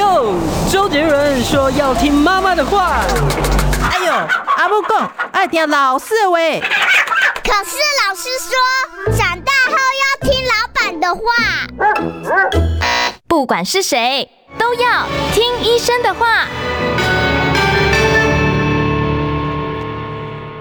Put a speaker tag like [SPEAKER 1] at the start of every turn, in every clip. [SPEAKER 1] 哦，周杰伦说要听妈妈的话。
[SPEAKER 2] 哎呦，阿母讲爱听老师的话。
[SPEAKER 3] 可是老师说，长大后要听老板的话。
[SPEAKER 4] 不管是谁，都要听医生的话。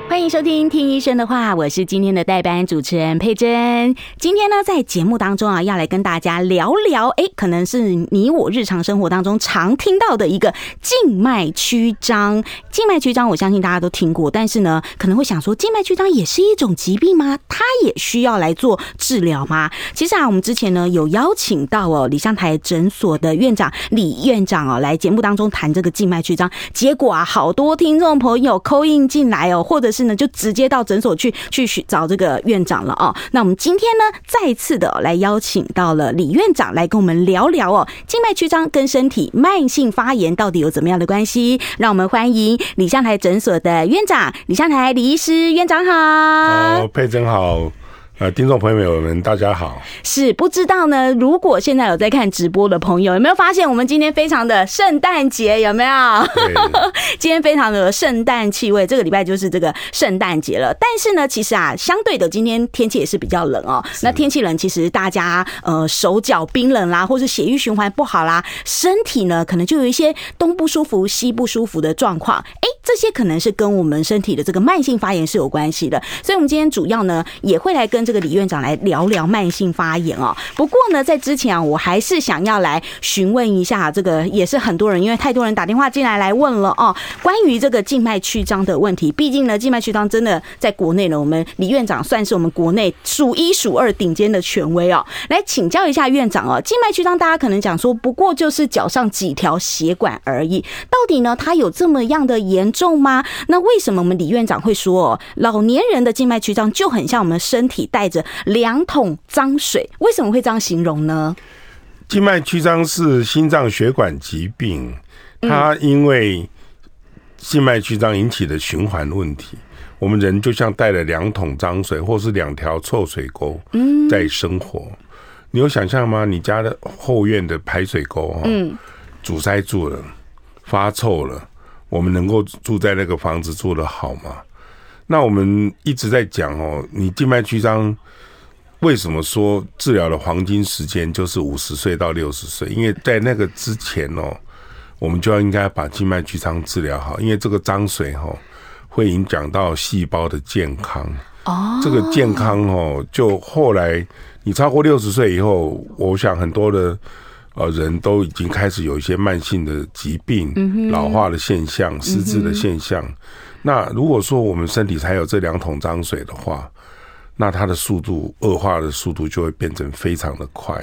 [SPEAKER 5] 欢迎收听《听医生的话》，我是今天的代班主持人佩珍。今天呢，在节目当中啊，要来跟大家聊聊，哎，可能是你我日常生活当中常听到的一个静脉曲张。静脉曲张，我相信大家都听过，但是呢，可能会想说，静脉曲张也是一种疾病吗？它也需要来做治疗吗？其实啊，我们之前呢有邀请到哦李相台诊所的院长李院长哦来节目当中谈这个静脉曲张，结果啊，好多听众朋友扣印进来哦，或者是呢就直接到诊所去去寻找这个院长了哦。那我们今天呢再次的、哦、来邀请到了李院长来跟我们聊聊哦，静脉曲张跟身体慢性发炎到底有怎么样的关系？让我们欢迎李相台诊所的院长李相台李医师，院长好。
[SPEAKER 6] 哦，佩珍好，呃，听众朋友们，大家好。
[SPEAKER 5] 是不知道呢？如果现在有在看直播的朋友，有没有发现我们今天非常的圣诞节？有 没有？
[SPEAKER 6] 对，
[SPEAKER 5] 今天非常的有圣诞气味，这个礼拜就是这个圣诞节了。但是呢，其实啊，相对的，今天天气也是比较冷哦。那天气冷，其实大家呃手脚冰冷啦，或是血液循环不好啦，身体呢可能就有一些东不舒服、西不舒服的状况。哎，这些可能是跟我们身体的这个慢性发炎是有关系的。所以，我们今天主要呢也会来跟这个李院长来聊聊慢性发炎哦。不过呢，在之前啊，我还是想要来询问一下，这个也是很多人因为太多人打电话进来来问了哦，关于这个静脉曲张的问题。毕竟呢，静脉曲张真的在国内呢，我们李院长算是我们国内数一数二顶尖的权威哦。来请教一下院长哦，静脉曲张大家可能讲说，不过就是脚上几条血管而已，到底呢它有这么样的严重吗？那为什么我们李院长会说、哦，老年人的静脉曲张就很像我们身体带着两桶脏水？为什么会这样形容呢？
[SPEAKER 6] 静脉曲张是心脏血管疾病，它因为静脉曲张引起的循环问题，我们人就像带了两桶脏水或是两条臭水沟在生活。你有想象吗？你家的后院的排水沟哈、阻塞住了，发臭了，我们能够住在那个房子住得好吗？那我们一直在讲哦，你静脉曲张为什么说治疗的黄金时间就是五十岁到六十岁？因为在那个之前哦，我们就要应该把静脉曲张治疗好，因为这个脏水哦会影响到细胞的健康。哦，这个健康哦，就后来你超过六十岁以后，我想很多的呃人都已经开始有一些慢性的疾病、老化的现象、失智的现象。那如果说我们身体还有这两桶脏水的话，那它的速度恶化的速度就会变成非常的快，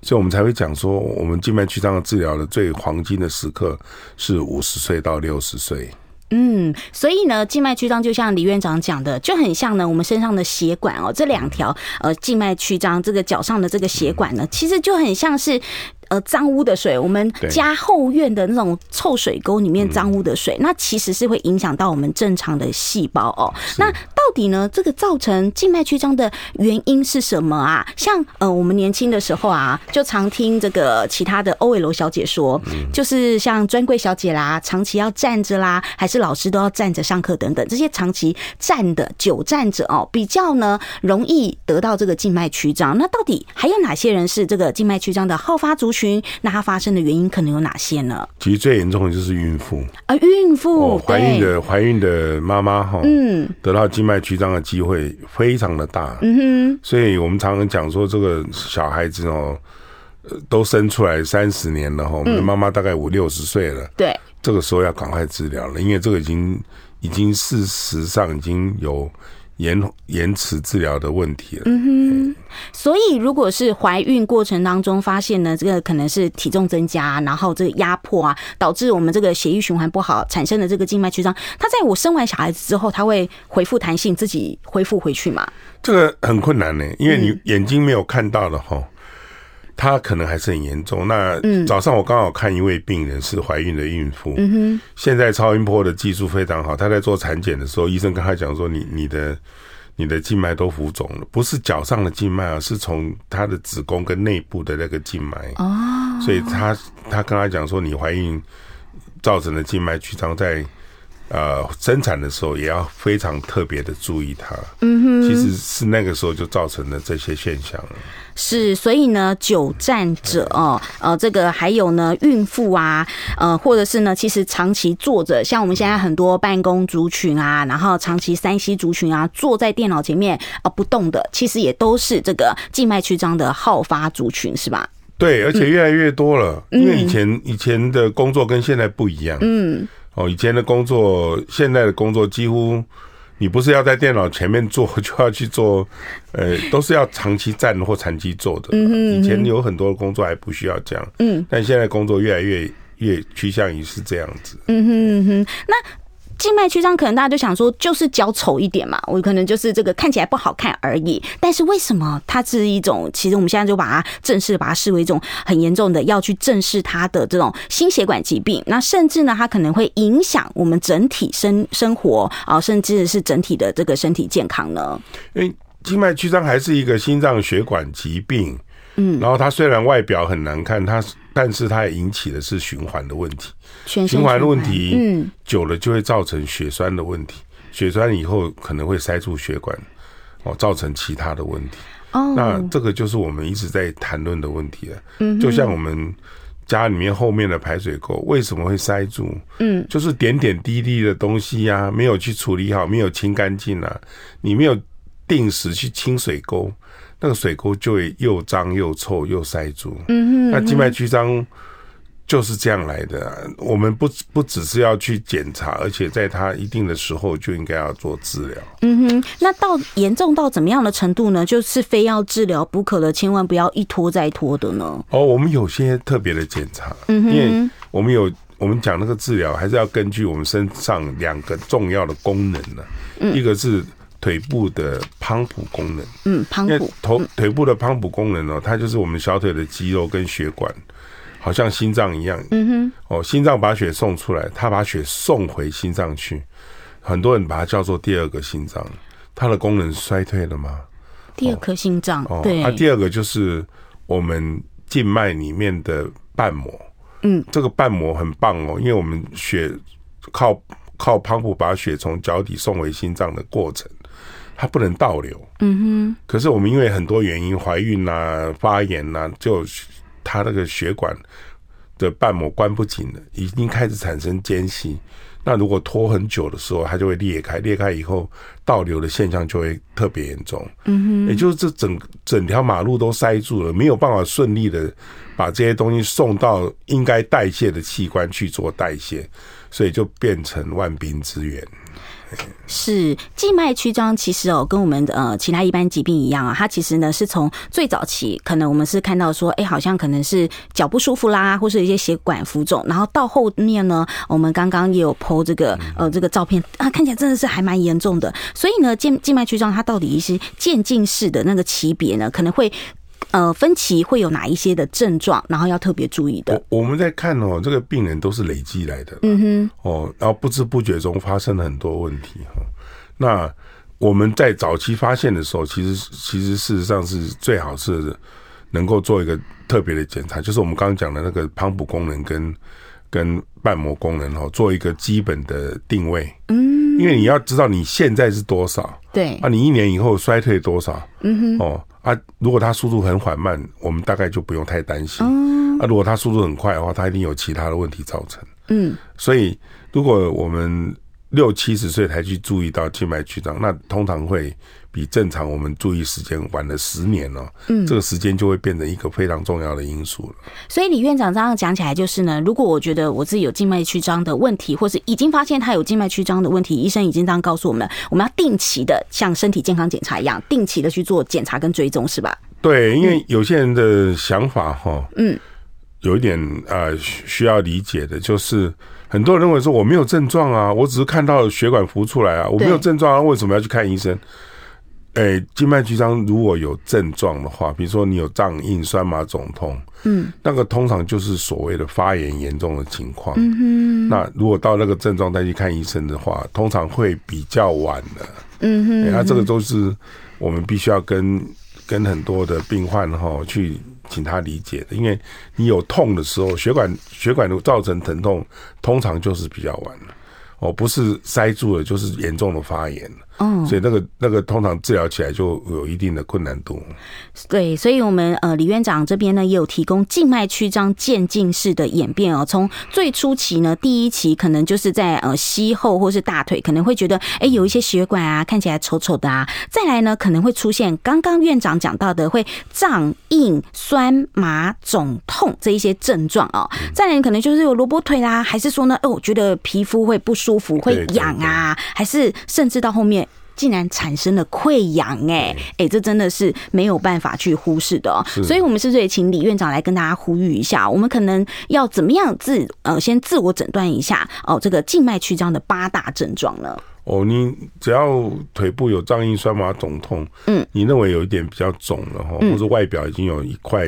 [SPEAKER 6] 所以我们才会讲说，我们静脉曲张的治疗的最黄金的时刻是五十岁到六十岁。
[SPEAKER 5] 嗯，所以呢，静脉曲张就像李院长讲的，就很像呢我们身上的血管哦，这两条呃静脉曲张，这个脚上的这个血管呢，其实就很像是。呃，脏污的水，我们
[SPEAKER 6] 对
[SPEAKER 5] 家后院的那种臭水沟里面脏污的水，那其实是会影响到我们正常的细胞哦。那到底呢，这个造成静脉曲张的原因是什么啊？像呃，我们年轻的时候啊，就常听这个其他的欧伟楼小姐说，就是像专柜小姐啦，长期要站着啦，还是老师都要站着上课等等，这些长期站的久站着哦，比较呢容易得到这个静脉曲张。那到底还有哪些人是这个静脉曲张的好发族群？那它发生的原因可能有哪些呢？
[SPEAKER 6] 其实最严重的就是孕妇，
[SPEAKER 5] 啊，孕妇
[SPEAKER 6] 哦，怀孕
[SPEAKER 5] 对
[SPEAKER 6] 的怀孕的妈妈哈，
[SPEAKER 5] 嗯，
[SPEAKER 6] 得到静脉曲张的机会非常的大，嗯哼，所以我们常常讲说，这个小孩子哦，呃都生出来三十年了哈，我们的妈妈大概五六十岁了，
[SPEAKER 5] 对，
[SPEAKER 6] 这个时候要赶快治疗了，因为这个已经已经事实上已经有延延迟治疗的问题了，
[SPEAKER 5] 所以如果是怀孕过程当中发现呢，这个可能是体重增加，然后这个压迫啊，导致我们这个血液循环不好产生的这个静脉曲张，它在我生完小孩子之后，它会恢复弹性，自己恢复回去嘛？
[SPEAKER 6] 这个很困难呢，因为你眼睛没有看到的哈，它可能还是很严重。那早上我刚好看一位病人是怀孕的孕妇，嗯、现在超音波的技术非常好，她在做产检的时候，医生跟她讲说你你的。你的静脉都浮肿了，不是脚上的静脉啊，是从她的子宫跟内部的那个静脉哦，所以他他跟他讲说，你怀孕造成的静脉曲张，在呃生产的时候也要非常特别的注意它。嗯哼，其实是那个时候就造成了这些现象了。
[SPEAKER 5] 是，所以呢，久站者哦，呃，这个还有呢，孕妇啊，呃，或者是呢，其实长期坐着，像我们现在很多办公族群啊，然后长期三 C 族群啊，坐在电脑前面啊、呃不动的，其实也都是这个静脉曲张的好发族群，是吧？
[SPEAKER 6] 对，而且越来越多了，因为以前以前的工作跟现在不一样。嗯，哦，以前的工作，现在的工作几乎你不是要在电脑前面做，就要去做， 呃，都是要长期站或长期坐的。嗯以前有很多工作还不需要这样，嗯，但现在工作越来越越趋向于是这样子。
[SPEAKER 5] 那静脉曲张可能大家就想说，就是脚丑一点嘛，我可能就是这个看起来不好看而已。但是为什么它是一种？其实我们现在就把它正式地把它视为一种很严重的，要去正视它的这种心血管疾病。那甚至呢，它可能会影响我们整体生生活啊、甚至是整体的这个身体健康呢。
[SPEAKER 6] 因为静脉曲张还是一个心脏血管疾病，嗯，然后它虽然外表很难看，它但是它也引起的是循环的问题。
[SPEAKER 5] 全身
[SPEAKER 6] 循环的问
[SPEAKER 5] 循环，
[SPEAKER 6] 题，嗯，久了就会造成血栓的问题，血栓以后可能会塞住血管，哦，造成其他的问题。哦，那这个就是我们一直在谈论的问题了。嗯，就像我们家里面后面的排水沟为什么会塞住？嗯，就是点点滴滴的东西呀、没有去处理好，没有清干净啊，你没有定时去清水沟，那个水沟就会又脏又臭又塞住。嗯哼，那静脉曲张。就是这样来的啊、我们不不只是要去检查，而且在它一定的时候就应该要做治疗。
[SPEAKER 5] 嗯哼，那到严重到怎么样的程度呢？就是非要治疗不可的，千万不要一拖再拖的呢。
[SPEAKER 6] 哦，我们有些特别的检查，因为我们有我们讲那个治疗，还是要根据我们身上两个重要的功能呢、一个是腿部的滂脯功能，
[SPEAKER 5] 嗯，胖
[SPEAKER 6] 因
[SPEAKER 5] 虎
[SPEAKER 6] 为头腿部的滂脯功能哦，它就是我们小腿的肌肉跟血管，好像心脏一样。嗯哼，哦，心脏把血送出来，它把血送回心脏去。很多人把它叫做第二个心脏，它的功能衰退了吗？
[SPEAKER 5] 第二颗心脏，
[SPEAKER 6] 哦，
[SPEAKER 5] 对，
[SPEAKER 6] 那、第二个就是我们静脉里面的瓣膜，嗯，这个瓣膜很棒哦，因为我们血靠靠帮浦把血从脚底送回心脏的过程，它不能倒流，嗯哼。可是我们因为很多原因，怀孕啊、发炎啊，就它那个血管的瓣膜关不紧了，已经开始产生间隙。那如果拖很久的时候，它就会裂开，裂开以后倒流的现象就会特别严重。嗯哼，也就是这整整条马路都塞住了，没有办法顺利的把这些东西送到应该代谢的器官去做代谢，所以就变成万病之源。
[SPEAKER 5] 是静脉曲张，其实哦，跟我们的呃其他一般疾病一样啊，它其实呢是从最早期，可能我们是看到说，哎，好像可能是脚不舒服啦，或是一些血管浮肿，然后到后面呢，我们刚刚也有剖这个呃这个照片 啊，看起来真的是还蛮严重的。所以呢，静静脉曲张它到底一些渐进式的那个级别呢，可能会呃分歧会有哪一些的症状，然后要特别注意的。
[SPEAKER 6] 我我们在看哦，这个病人都是累积来的，嗯哼，哦，然后不知不觉中发生了很多问题哈、那我们在早期发现的时候，其实其实事实上是最好是能够做一个特别的检查，就是我们刚刚讲的那个胖补功能跟跟瓣膜功能哦，做一个基本的定位，嗯，因为你要知道你现在是多少，
[SPEAKER 5] 对
[SPEAKER 6] 啊，你一年以后衰退多少？嗯哼，哦啊，如果它速度很缓慢，我们大概就不用太担心。啊，如果它速度很快的话，它一定有其他的问题造成。嗯，所以如果我们六七十岁才去注意到静脉曲张，那通常会比正常我们注意时间晚了十年哦。嗯，这个时间就会变成一个非常重要的因素了。
[SPEAKER 5] 所以李院长这样讲起来，就是呢，如果我觉得我自己有静脉曲张的问题，或是已经发现他有静脉曲张的问题，医生已经这样告诉我们了，我们要定期的像身体健康检查一样，定期的去做检查跟追踪，是吧？
[SPEAKER 6] 对，因为有些人的想法哈，嗯，有一点呃需需要理解的，就是很多人认为说我没有症状啊，我只是看到血管浮出来啊，我没有症状啊，为什么要去看医生？哎，静脉曲张如果有症状的话，比如说你有胀硬、酸麻、肿痛，嗯，那个通常就是所谓的发炎严重的情况。嗯哼，那如果到那个症状再去看医生的话，通常会比较晚了。嗯哼，那、这个都是我们必须要跟跟很多的病患哈去请他理解的，因为你有痛的时候，血管血管造成疼痛，通常就是比较晚了。哦，不是塞住了，就是严重的发炎了。嗯，所以那个那个通常治疗起来就有一定的困难度。
[SPEAKER 5] 对，所以我们呃李院长这边呢也有提供静脉曲张渐进式的演变哦。从最初期呢，第一期可能就是在呃膝后或是大腿，可能会觉得哎有一些血管啊看起来丑丑的啊。再来呢，可能会出现刚刚院长讲到的会胀、硬、酸、麻、肿、痛这一些症状哦。
[SPEAKER 6] 嗯
[SPEAKER 5] 再来可能就是有萝卜腿啦，还是说呢，哦，我觉得皮肤会不舒服、会
[SPEAKER 6] 对对
[SPEAKER 5] 痒啊，啊，还是甚至到后面。竟然产生了溃疡、哎，哎，这真的是没有办法去忽视的、哦。所以，我们是不是也请李院长来跟大家呼吁一下，我们可能要怎么样自呃先自我诊断一下哦，这个静脉曲张的八大症状呢？
[SPEAKER 6] 哦，你只要腿部有胀硬、酸麻、肿痛，嗯，你认为有一点比较肿了哈，或者外表已经有一块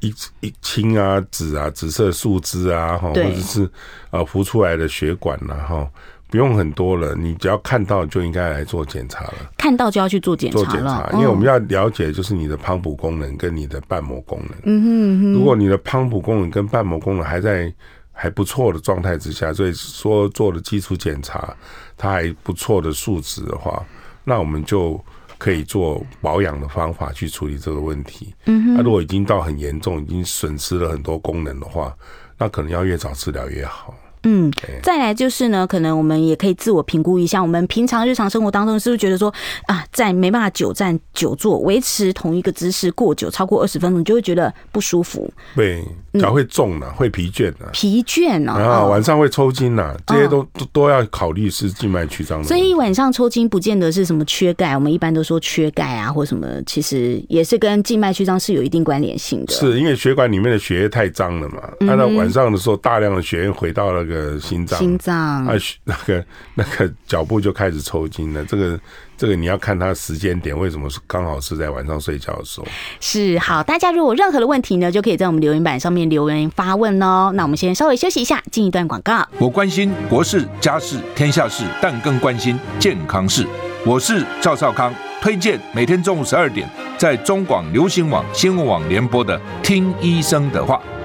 [SPEAKER 6] 一一青啊、紫啊、紫色树枝啊，哈，或
[SPEAKER 5] 对
[SPEAKER 6] 者是啊浮出来的血管啦、哈，不用很多了，你只要看到就应该来做检查了，
[SPEAKER 5] 看到就要去做检查
[SPEAKER 6] 做
[SPEAKER 5] 了，
[SPEAKER 6] 检查，
[SPEAKER 5] 嗯
[SPEAKER 6] 因为我们要了解就是你的胖补功能跟你的瓣膜功能，嗯哼如果你的胖补功能跟瓣膜功能还在。还不错的状态之下，所以说做了基础检查，它还不错的数值的话，那我们就可以做保养的方法去处理这个问题。嗯哼，那、如果已经到很严重，已经损失了很多功能的话，那可能要越早治疗越好。
[SPEAKER 5] 嗯，再来就是呢，可能我们也可以自我评估一下，我们平常日常生活当中是不是觉得说啊，在没办法久站久坐，维持同一个姿势过久超过二十分钟，你就会觉得不舒服、
[SPEAKER 6] 对，脚会重了、会疲倦了、
[SPEAKER 5] 疲倦哦。
[SPEAKER 6] 啊，
[SPEAKER 5] 哦
[SPEAKER 6] 晚上会抽筋呐、这些都都都要考虑是静脉曲张的问题。
[SPEAKER 5] 所以晚上抽筋不见得是什么缺钙，我们一般都说缺钙啊，或什么，其实也是跟静脉曲张是有一定关联性的。，
[SPEAKER 6] 是因为血管里面的血液太脏了嘛，
[SPEAKER 5] 嗯
[SPEAKER 6] 啊那、到晚上的时候，大量的血液回到那个心脏，
[SPEAKER 5] 心脏
[SPEAKER 6] 啊，血 那个那个脚部就开始抽筋了。这个这个你要看它时间点，为什么是刚好是在晚上睡觉的时候？
[SPEAKER 5] 是好。大家如果有任何的问题呢，就可以在我们留言板上面留言发问哦。那我们先稍微休息一下，进一段广告。
[SPEAKER 7] 我关心国事、家事、天下事，但更关心健康事。我是赵少康，推荐每天中午十二点在中广流行网、新闻网联播的《听医生的话》。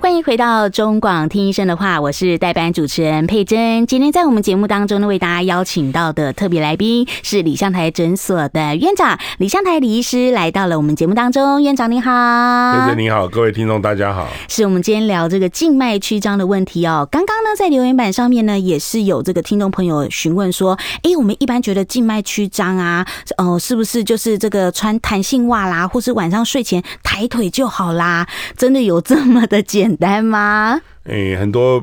[SPEAKER 5] 欢迎回到中广听医生的话，我是代班主持人佩珍。今天在我们节目当中呢，为大家邀请到的特别来宾是李相台诊所的院长李相台李医师，来到了我们节目当中。院长您好，啊
[SPEAKER 6] 先生你好，各位听众大家好。
[SPEAKER 5] 是我们今天聊这个静脉曲张的问题哦。刚刚呢，在留言板上面呢，也是有这个听众朋友询问说，诶，我们一般觉得静脉曲张啊，哦、是不是就是这个穿弹性袜啦，或是晚上睡前抬腿就好啦？真的有这么的简单吗？
[SPEAKER 6] 诶、很多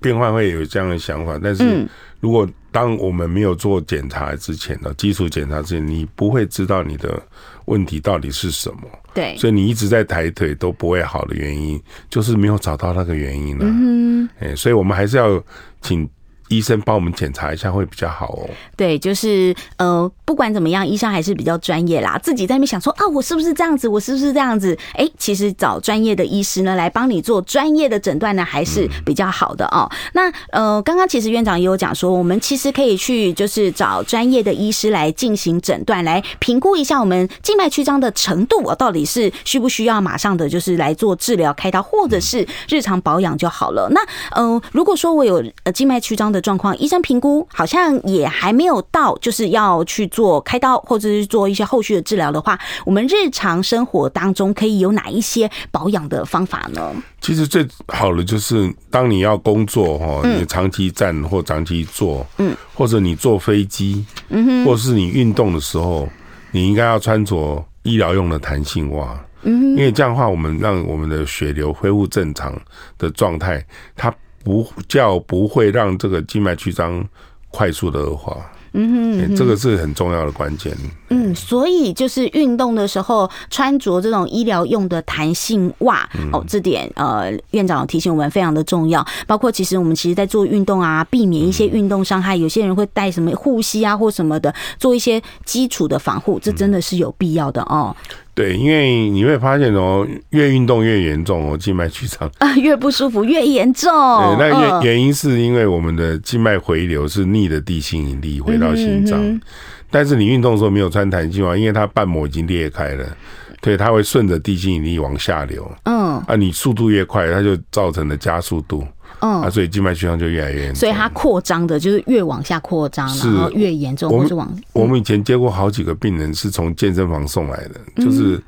[SPEAKER 6] 病患会有这样的想法，但是如果当我们没有做检查之前呢，基础检查之前，你不会知道你的问题到底是什么。
[SPEAKER 5] 对，
[SPEAKER 6] 所以你一直在抬腿都不会好的原因，就是没有找到那个原因了、嗯，哎、所以我们还是要请医生帮我们检查一下会比较好哦。
[SPEAKER 5] 对，就是呃，不管怎么样，医生还是比较专业啦。自己在那边想说啊，我是不是这样子？我是不是这样子？哎，其实找专业的医师呢来帮你做专业的诊断呢，还是比较好的哦。那呃，刚刚其实院长也有讲说，我们其实可以去就是找专业的医师来进行诊断，来评估一下我们静脉曲张的程度哦，到底是需不需要马上的就是来做治疗开刀，或者是日常保养就好了。那嗯、呃如果说我有呃静脉曲张的状况，医生评估好像也还没有到，就是要去做开刀或者是做一些后续的治疗的话，我们日常生活当中可以有哪一些保养的方法呢？
[SPEAKER 6] 其实最好的就是，当你要工作哈，你长期站或长期坐，嗯，或者你坐飞机，嗯哼，或是你运动的时候，你应该要穿着医疗用的弹性袜，嗯，因为这样的话，我们让我们的血流恢复正常的状态，它不叫不会让哎嗯这个静脉曲张快速的恶化，嗯哼，这个是很重要的关键，
[SPEAKER 5] 嗯，所以就是运动的时候穿着这种医疗用的弹性袜哦，这点呃院长有提醒我们非常的重要。包括其实我们其实在做运动啊，避免一些运动伤害，有些人会带什么护膝啊或什么的，做一些基础的防护，这真的是有必要的哦。
[SPEAKER 6] 对，因为你会发现哦，越运动越严重哦，静脉曲张。
[SPEAKER 5] 啊，越不舒服越严重。
[SPEAKER 6] 对，那原
[SPEAKER 5] 嗯
[SPEAKER 6] 原因是因为我们的静脉回流是逆的地心引力回到
[SPEAKER 5] 嗯
[SPEAKER 6] 心脏，但是你运动的时候没有穿弹性袜，因为它瓣膜已经裂开了，对，它会顺着地心引力往下流。
[SPEAKER 5] 嗯
[SPEAKER 6] 啊，你速度越快，它就造成了加速度，啊，
[SPEAKER 5] 嗯，
[SPEAKER 6] 所以静脉曲张就越来越严重。
[SPEAKER 5] 所以它扩张的就是越往下扩张，
[SPEAKER 6] 是
[SPEAKER 5] 然后越严重，
[SPEAKER 6] 我们
[SPEAKER 5] 或是往
[SPEAKER 6] 我们以前接过好几个病人是从健身房送来的，
[SPEAKER 5] 嗯
[SPEAKER 6] 就是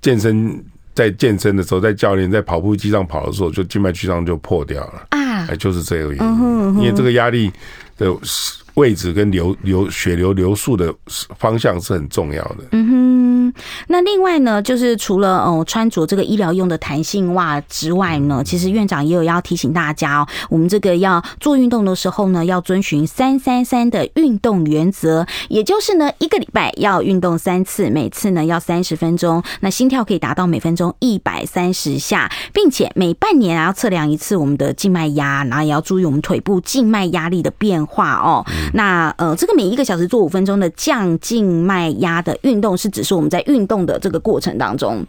[SPEAKER 6] 健身在健身的时候，在教练在跑步机上跑的时候，就静脉曲张就破掉了。
[SPEAKER 5] 啊嗯
[SPEAKER 6] 哎，就是这个原因，因为这个压力的位置跟流流血流流速的方向是很重要的。
[SPEAKER 5] 嗯哼，那另外呢，就是除了哦、呃穿着这个医疗用的弹性袜之外
[SPEAKER 6] 嗯
[SPEAKER 5] 呢，其实院长也有要提醒大家哦，我们这个要做运动的时候呢，要遵循三三三的运动原则，也就是呢，一个礼拜要运动三次，每次呢要三十分钟，那心跳可以达到每分钟一百三十下，并且每半年啊要测量一次我们的静脉压，然后也要注意我们腿部静脉压力的变化哦。
[SPEAKER 6] 嗯
[SPEAKER 5] 那呃，这个每一个小时做五分钟的降静脉压的运动，是指是我们在运动的这个过程当中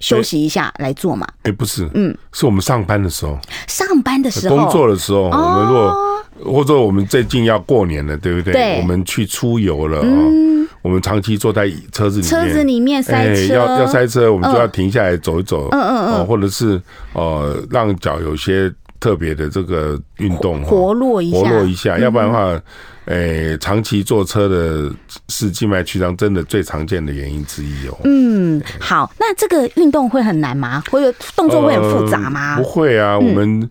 [SPEAKER 5] 休息一下来做嘛？
[SPEAKER 6] 哎，不是，嗯，是我们上班的时候、
[SPEAKER 5] 上班的时候，哦
[SPEAKER 6] 工作的时候，我们如果或者我们最近要过年了，对不对？
[SPEAKER 5] 对嗯
[SPEAKER 6] 我们去出游了哦，我们长期坐在车子里面，哎
[SPEAKER 5] 车子里面塞车，
[SPEAKER 6] 要要塞车，我们就要停下来走一走，嗯
[SPEAKER 5] 嗯
[SPEAKER 6] 嗯，或者是呃，让脚有些特别的这个运动哦
[SPEAKER 5] 活络一下，嗯
[SPEAKER 6] 活络一下，要不然的话，诶、长期坐车的是静脉曲张真的最常见的原因之一哦。嗯，
[SPEAKER 5] 嗯，好，那这个运动会很难吗？或者动作会很复杂吗
[SPEAKER 6] 呃
[SPEAKER 5] 嗯
[SPEAKER 6] 不？会啊，我们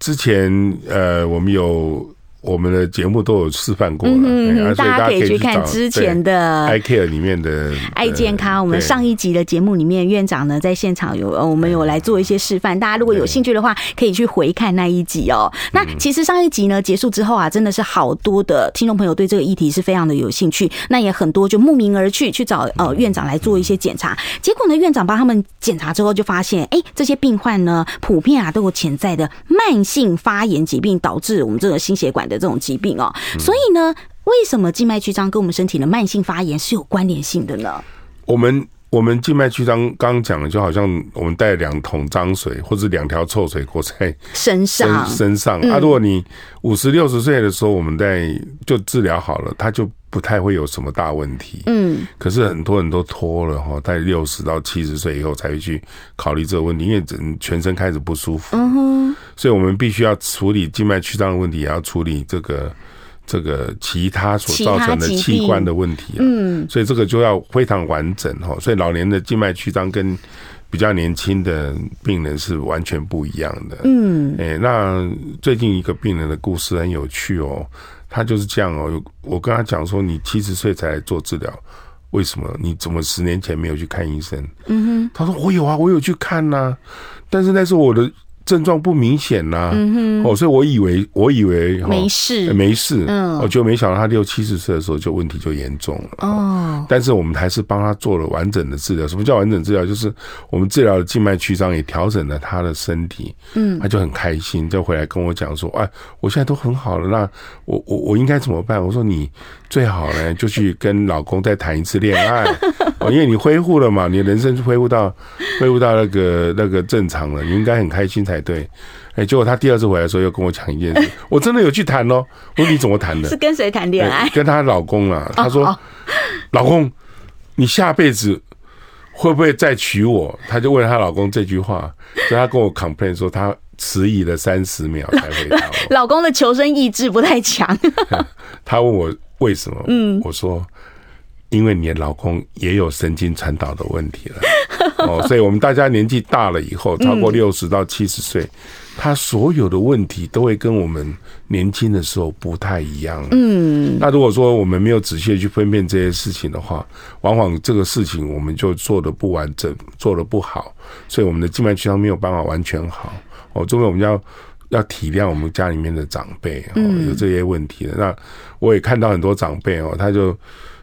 [SPEAKER 6] 之前呃，我们有我们的节目都有示范过了，哎啊
[SPEAKER 5] 嗯，
[SPEAKER 6] 所
[SPEAKER 5] 大家可以去哎看
[SPEAKER 6] 找
[SPEAKER 5] 之前的
[SPEAKER 6] 对 iCare 里面的
[SPEAKER 5] 爱健康，我们上
[SPEAKER 6] 一
[SPEAKER 5] 一集的节目里面，院长呢在现场有呃，我们有来做一些示范，大家如果有兴趣的话，可以去回看那一集哦。那其实上一集呢结束之后啊，真的是好多的听众朋友对这个议题是非常的有兴趣，那也很多就慕名而去去找呃院长来做一些检查。结果呢，院长帮他们检查之后就发现，哎，这些病患呢普遍啊都有潜在的慢性发炎疾病，导致我们这个心血管的这种疾病哦。所以呢。为什么静脉曲张跟我们身体的慢性发炎是有关联性的呢？
[SPEAKER 6] 我们。我们静脉曲张刚刚讲的，就好像我们带两桶脏水或者两条臭水沟在
[SPEAKER 5] 身上嗯
[SPEAKER 6] 身。身上、啊。如果你五十六十岁的时候，我们在就治疗好了，它就不太会有什么大问题。
[SPEAKER 5] 嗯，
[SPEAKER 6] 可是很多人都拖了哈，在六十到七十岁以后才会去考虑这个问题，因为整全身开始不舒服。嗯哼，所以我们必须要处理静脉曲张的问题，也要处理这个。这个其他所造成的
[SPEAKER 5] 其他疾病
[SPEAKER 6] 器官的问题、啊，嗯，所以这个就要非常完整哈。所以老年的静脉曲张跟比较年轻的病人是完全不一样的，嗯，哎、那最近一个病人的故事很有趣哦，他就是这样哦，我跟他讲说，你七十岁才来做治疗，为什么？你怎么十年前没有去看医生？嗯哼，他说我有啊，我有去看呐、但是那时候我的症状不明显呐、嗯哼，哦，所以我以为我以为、哦、
[SPEAKER 5] 没事
[SPEAKER 6] 呃没事，嗯，我就没想到他六七十岁的时候就问题就严重了，哦，但是我们还是帮他做了完整的治疗。什么叫完整治疗？就是我们治疗的静脉曲张也调整了他的身体，嗯，他就很开心，就回来跟我讲说，哎，我现在都很好了，那我我我应该怎么办？我说你最好 呢就去跟老公再谈一次恋爱，哦，因为你恢复了嘛，你人生恢复到恢复到那个那个正常了，你应该很开心才对。哎、结果他第二次回来的时候又跟我讲一件 事，我真的有去谈哦。我说你怎么谈的
[SPEAKER 5] 是？跟谁谈恋爱哦
[SPEAKER 6] 哎？跟她老公啊，她说：“老公，你下辈子会不会再娶我？”她就问她老公这句话，所以她跟我 complain 说她迟疑了三十秒才回答我。
[SPEAKER 5] 老公的求生意志不太强，
[SPEAKER 6] 她问我为什么？嗯，我说。因为你的老公也有神经传导的问题 了，哦，所以我们大家年纪大了以后，超过六十到七十岁，他所有的问题都会跟我们年轻的时候不太一样。嗯，那如果说我们没有仔细的去分辨这些事情的话，往往这个事情我们就做的不完整，做的不好，所以我们的静脉曲张没有办法完全好。哦，这个我们要。要体谅我们家里面的长辈哦，有这些问题的。那我也看到很多长辈哦，他就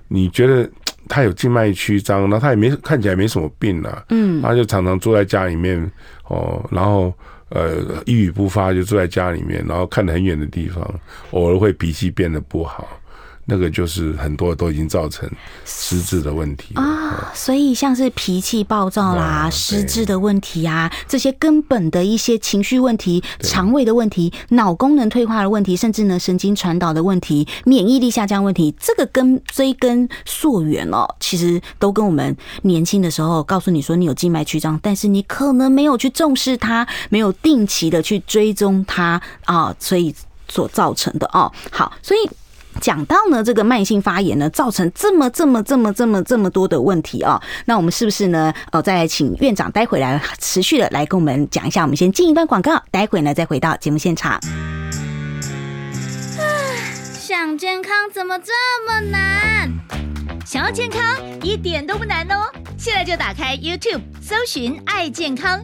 [SPEAKER 6] 你觉得他有静脉曲张，然后他也没看起来没什么病啊，嗯，他就常常坐在家里面哦，然后呃一语不发就坐在家里面，然后看得很远的地方，偶尔会脾气变得不好，那个就是很多都已经造成失智的问题啊。
[SPEAKER 5] 所以像是脾气暴躁啦、
[SPEAKER 6] 啊
[SPEAKER 5] 失智的问题啊，这些根本的一些情绪问题、肠胃的问题、脑功能退化的问题，甚至呢神经传导的问题、免疫力下降问题，这个根追根溯源哦，其实都跟我们年轻的时候告诉你说你有静脉曲张，但是你可能没有去重视它，没有定期的去追踪它啊，所以所造成的哦。好，所以讲到呢，这个慢性发炎呢，造成这么这么这么这么这么多的问题哦。那我们是不是呢？呃，再来请院长待会来持续的来跟我们讲一下。我们先进一段广告，待会呢再回到节目现场。
[SPEAKER 4] 想健康怎么这么难？想要健康一点都不难哦！现在就打开 YouTube 搜寻“爱健康”，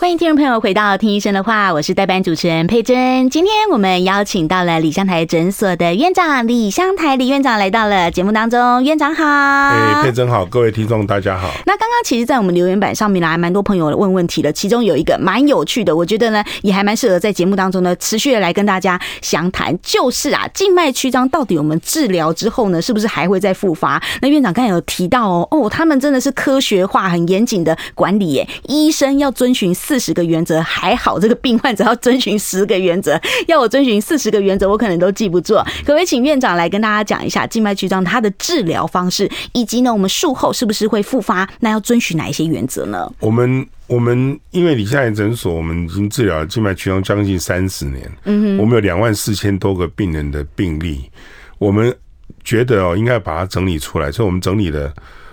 [SPEAKER 5] 欢迎听众朋友回到《听医生的话》，我是代班主持人佩珍。今天我们邀请到了李香台诊所的院长李香台李院长来到了节目当中，院长好。
[SPEAKER 6] 哎、佩珍好，各位听众大家好。
[SPEAKER 5] 那刚刚其实，在我们留言板上面呢，还蛮多朋友问问题的，其中有一个蛮有趣的，我觉得呢，也还蛮适合在节目当中呢，持续的来跟大家详谈，就是啊，静脉曲张到底我们治疗之后呢，是不是还会再复发？那院长刚才有提到哦，哦，他们真的是科学化、很严谨的管理耶，医生要遵循四十个原则，还好这个病患只要遵循十个原则， 要我遵循四十个原则，我可能都记不住。可不可以请院长来跟大家讲一下静脉曲张它的治疗方式，以及呢我们术后是不是会复发？那要遵循哪一些原则呢？
[SPEAKER 6] 我们我们因为李夏妍诊所，我们已经治疗静脉曲张将近三十年，嗯我们有两万四千多个病人的病例，我们觉得哦，应该把它整理出来，所以我们整理了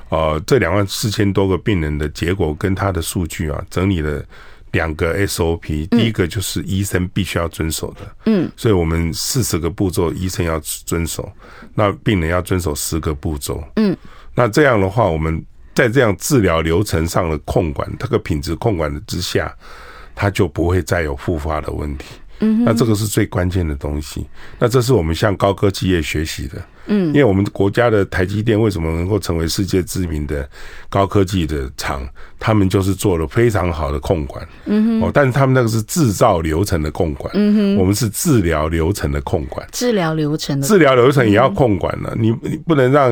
[SPEAKER 6] 呃这两万四千多个病人的结果跟他的数据啊，整理了。两个 SOP，第一个就是医生必须要遵守的，嗯，所以我们四十个步骤，医生要遵守，那病人要遵守十个步骤，嗯，那这样的话，我们在这样治疗流程上的控管，这个品质控管的之下，它就不会再有复发的问题。嗯，那这个是最关键的东西。那这是我们向高科技业学习的。嗯，因为我们国家的台积电为什么能够成为世界知名的高科技的厂，他们就是做了非常好的控管。嗯哼，哦，但是他们那个是制造流程的控管，嗯哼，我们是治疗流程的控管。
[SPEAKER 5] 治疗流程的
[SPEAKER 6] 治疗流程也嗯要控管了，你你不能让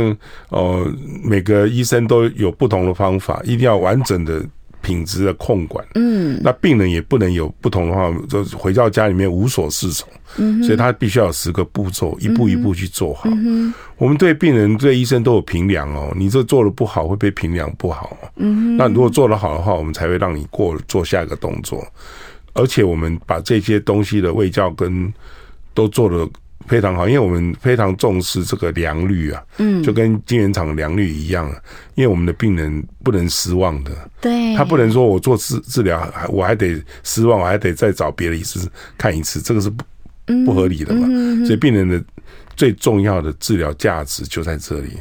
[SPEAKER 6] 呃每个医生都有不同的方法，一定要完整的品质的控管。嗯，那病人也不能有不同的话，就是回到家里面无所适从。嗯，所以他必须要有十个步骤，一步一步去做好。嗯、我们对病人、对医生都有评量哦，你这做的不好会被评量不好。嗯，那如果做得好的话，我们才会让你过做下一个动作。而且我们把这些东西的卫教跟都做得非常好，因为我们非常重视这个良率啊，嗯，就跟金源厂的良率一样啊，因为我们的病人不能失望的，
[SPEAKER 5] 对
[SPEAKER 6] 他不能说我做治治疗，还我还得失望，我还得再找别的医师看一次，这个是不不合理的嘛，所以病人的。最重要的治疗价值就在这里，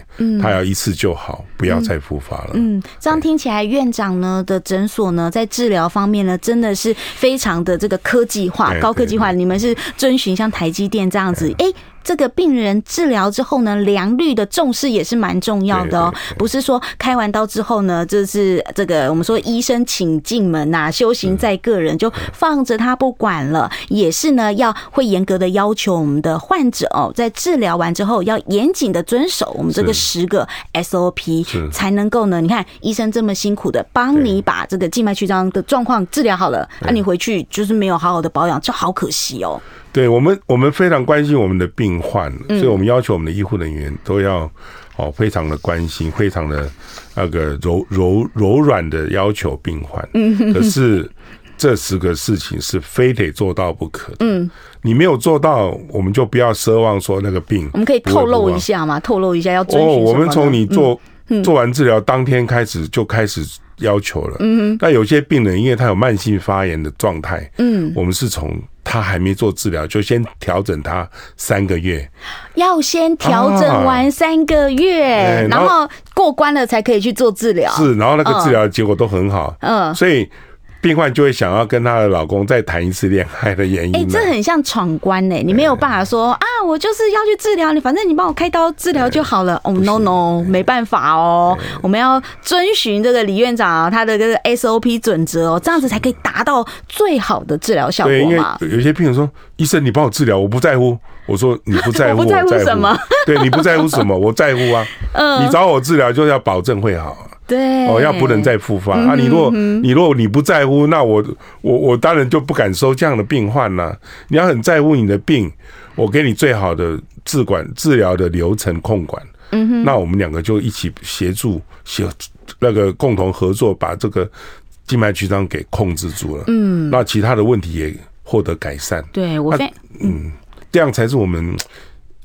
[SPEAKER 6] 他要一次就好，不要再复发了。
[SPEAKER 5] 嗯，这样听起来，院长呢的诊所呢，在治疗方面呢，真的是非常的这个科技化、
[SPEAKER 6] 对
[SPEAKER 5] 高科技化。
[SPEAKER 6] 哎对
[SPEAKER 5] 你们是遵循像台积电这样子，哎、这个病人治疗之后呢，良率的重视也是蛮重要的哦
[SPEAKER 6] 对对，对
[SPEAKER 5] 不是说开完刀之后呢，就是这个我们说医生请进门呐、修行在个人，就放着他不管了，也是呢要会严格的要求我们的患者哦，在治疗完之后要严谨的遵守我们这个
[SPEAKER 6] 是
[SPEAKER 5] 十个 SOP，
[SPEAKER 6] 是
[SPEAKER 5] 才能够呢？你看医生这么辛苦的帮
[SPEAKER 6] 对
[SPEAKER 5] 你把这个静脉曲张的状况治疗好了，那、你回去就是没有好好的保养，就好可惜哦。
[SPEAKER 6] 对我们，我们非常关心我们的病患，
[SPEAKER 5] 嗯
[SPEAKER 6] 所以我们要求我们的医护人员都要哦，非常的关心，非常的那个柔柔柔软的要求病患。
[SPEAKER 5] 嗯
[SPEAKER 6] 可是这十个事情是非得做到不可的。嗯，你没有做到，我们就不要奢望说那个病
[SPEAKER 5] 我们可以
[SPEAKER 6] 不会
[SPEAKER 5] 透露
[SPEAKER 6] 不好
[SPEAKER 5] 一下吗？透露一下要遵
[SPEAKER 6] 哦，
[SPEAKER 5] 循什么呢
[SPEAKER 6] 我们从你
[SPEAKER 5] 嗯
[SPEAKER 6] 做、做完治疗当天开始就开始要求了。嗯，那有些病人因为他有慢性发炎的状态，嗯，我们是从他还没做治疗就先调整他三个月，
[SPEAKER 5] 要先调整完三个月，
[SPEAKER 6] 啊哎
[SPEAKER 5] 然
[SPEAKER 6] 然后
[SPEAKER 5] 后过关了才可以去做治疗。
[SPEAKER 6] 是，然后那个治疗结果都很好，
[SPEAKER 5] 嗯
[SPEAKER 6] 所以病患就会想要跟她的老公再谈一次恋爱的原因、呢。啊
[SPEAKER 5] 哎、这很像闯关呢、你没有办法说啊，我就是要去治疗你，反正你帮我开刀治疗就好了。哦、n o no，没办法哦，我们要遵循这个李院长啊他的这个 SOP 准则哦，这样子才可以达到最好的治疗效
[SPEAKER 6] 对，
[SPEAKER 5] 果
[SPEAKER 6] 因为
[SPEAKER 5] 嘛。
[SPEAKER 6] 有有些病人说：“医生，你帮我治疗，我不在乎。”我说：“你不在乎，
[SPEAKER 5] 我不在乎什么？嗯
[SPEAKER 6] 对你不在乎什么？我在乎 啊！你找我治疗就是要保证会好，
[SPEAKER 5] 对，
[SPEAKER 6] 哦，要不能再复发啊！你若你若你不在乎，那我我我当然就不敢收这样的病患啦、你要很在乎你的病，我给你最好的治管治疗的流程控管。嗯哼，那我们两个就一起协助协那个共同合作，把这个静脉曲张给控制住了。嗯，那其他的问题也获得改善，
[SPEAKER 5] 对我
[SPEAKER 6] 啊
[SPEAKER 5] 非
[SPEAKER 6] 这样才是我们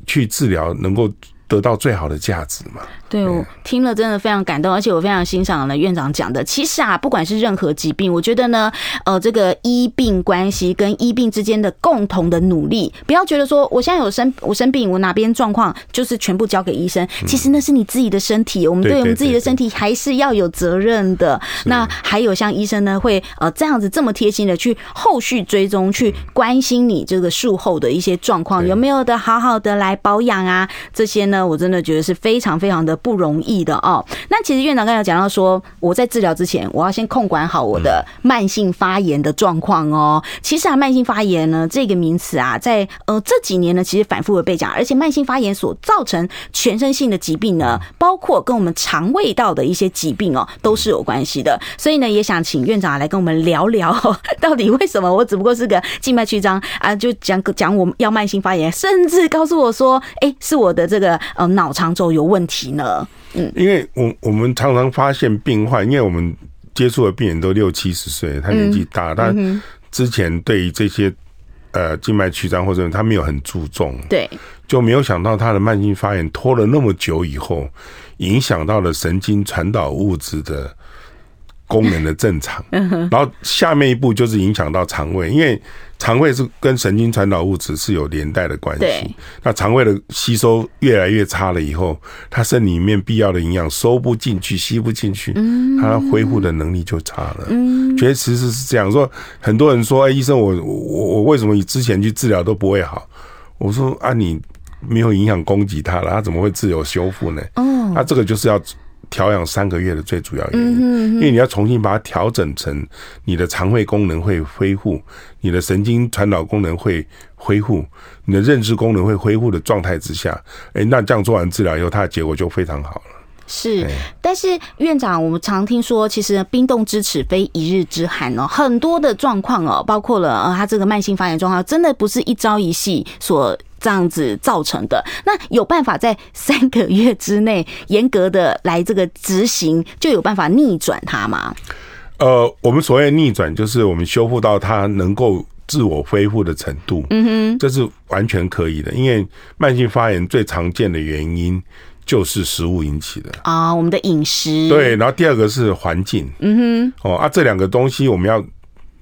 [SPEAKER 6] 去治疗能够得到最好的价值嘛。
[SPEAKER 5] 对，我听了真的非常感动，而且我非常欣赏了院长讲的。其实啊，不管是任何疾病，我觉得呢，呃，这个医病关系跟医病之间的共同的努力，不要觉得说我现在有生我生病，我哪边状况就是全部交给医生。其实那是你自己的身体，我们
[SPEAKER 6] 对
[SPEAKER 5] 对我
[SPEAKER 6] 对
[SPEAKER 5] 们自己的身体还是要有责任的。那还有像医生呢，会呃这样子这么贴心的去后续追踪，去关心你这个术后的一些状况
[SPEAKER 6] 对
[SPEAKER 5] 有没有的好好的来保养啊，这些呢，我真的觉得是非常非常的不容易的哦。那其实院长刚才有讲到说，我在治疗之前，我要先控管好我的慢性发炎的状况哦。其实啊，慢性发炎呢这个名词啊，在呃这几年呢，其实反复的被讲，而且慢性发炎所造成全身性的疾病呢，包括跟我们肠胃道的一些疾病哦，都是有关系的。所以呢，也想请院长来跟我们聊聊、 哦，到底为什么我只不过是个静脉曲张啊，就讲讲我要慢性发炎，甚至告诉我说，哎、是我的这个呃脑肠轴有问题呢？
[SPEAKER 6] 因为我我们常常发现病患，因为我们接触的病人都六七十岁，他年纪大，他之前对于这些呃静脉曲张或者他没有很注重，
[SPEAKER 5] 对，
[SPEAKER 6] 就没有想到他的慢性发炎拖了那么久以后，影响到了神经传导物质的功能的正常，然后下面一步就是影响到肠胃，因为肠胃是跟神经传导物质是有连带的关
[SPEAKER 5] 对
[SPEAKER 6] 系。那肠胃的吸收越来越差了以后，它身体里面必要的营养收不进去、吸不进去，它恢复的能力就差了。觉得其实是这样说，很多人说：“哎，医生，我我我我为什么你之前去治疗都不会好？”我说：“啊，你没有营养供给它了，它怎么会自由修复呢？”哦，那这个就是要调养三个月的最主要原因，因为你要重新把它调整成你的肠胃功能会恢复，你的神经传导功能会恢复，你的认知功能会恢复的状态之下，哎，那这样做完治疗以后，它的结果就非常好了。
[SPEAKER 5] 是
[SPEAKER 6] 对，
[SPEAKER 5] 但是院长，我们常听说，其实冰冻之齿非一日之寒哦，很多的状况哦，包括了呃，他这个慢性发炎状况，真的不是一朝一夕所这样子造成的。那有办法在三个月之内严格的来这个执行，就有办法逆转它吗？
[SPEAKER 6] 呃，我们所谓的逆转，就是我们修复到它能够自我恢复的程度，嗯哼，这是完全可以的。因为慢性发炎最常见的原因就是食物引起的，
[SPEAKER 5] 啊、我们的饮食，
[SPEAKER 6] 对，然后第二个是环境，嗯哼，哦啊，这两个东西我们要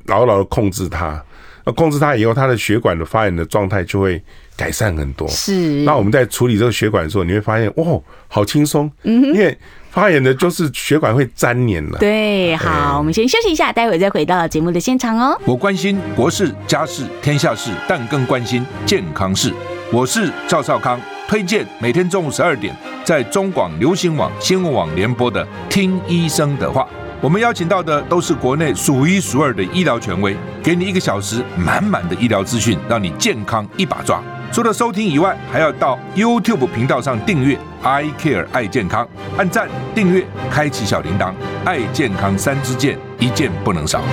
[SPEAKER 6] 牢牢的控制它，那控制它以后，它的血管的发炎的状态就会改善很多。
[SPEAKER 5] 是，
[SPEAKER 6] 那我们在处理这个血管的时候，你会发现，哦，好轻松，嗯，因为发炎的就是血管会粘连了，
[SPEAKER 5] 对，好，我们先休息一下，待会再回到节目的现场哦。
[SPEAKER 7] 我关心国事、家事、天下事，但更关心健康事。我是赵少康，推荐每天中午十二点在中广流行网、新闻网联播的《听医生的话》。我们邀请到的都是国内数一数二的医疗权威，给你一个小时满满的医疗资讯，让你健康一把抓。除了收听以外，还要到 YouTube 频道上订阅 “I Care 爱健康”，按赞、订阅、开启小铃铛，爱健康三支箭，一件不能少。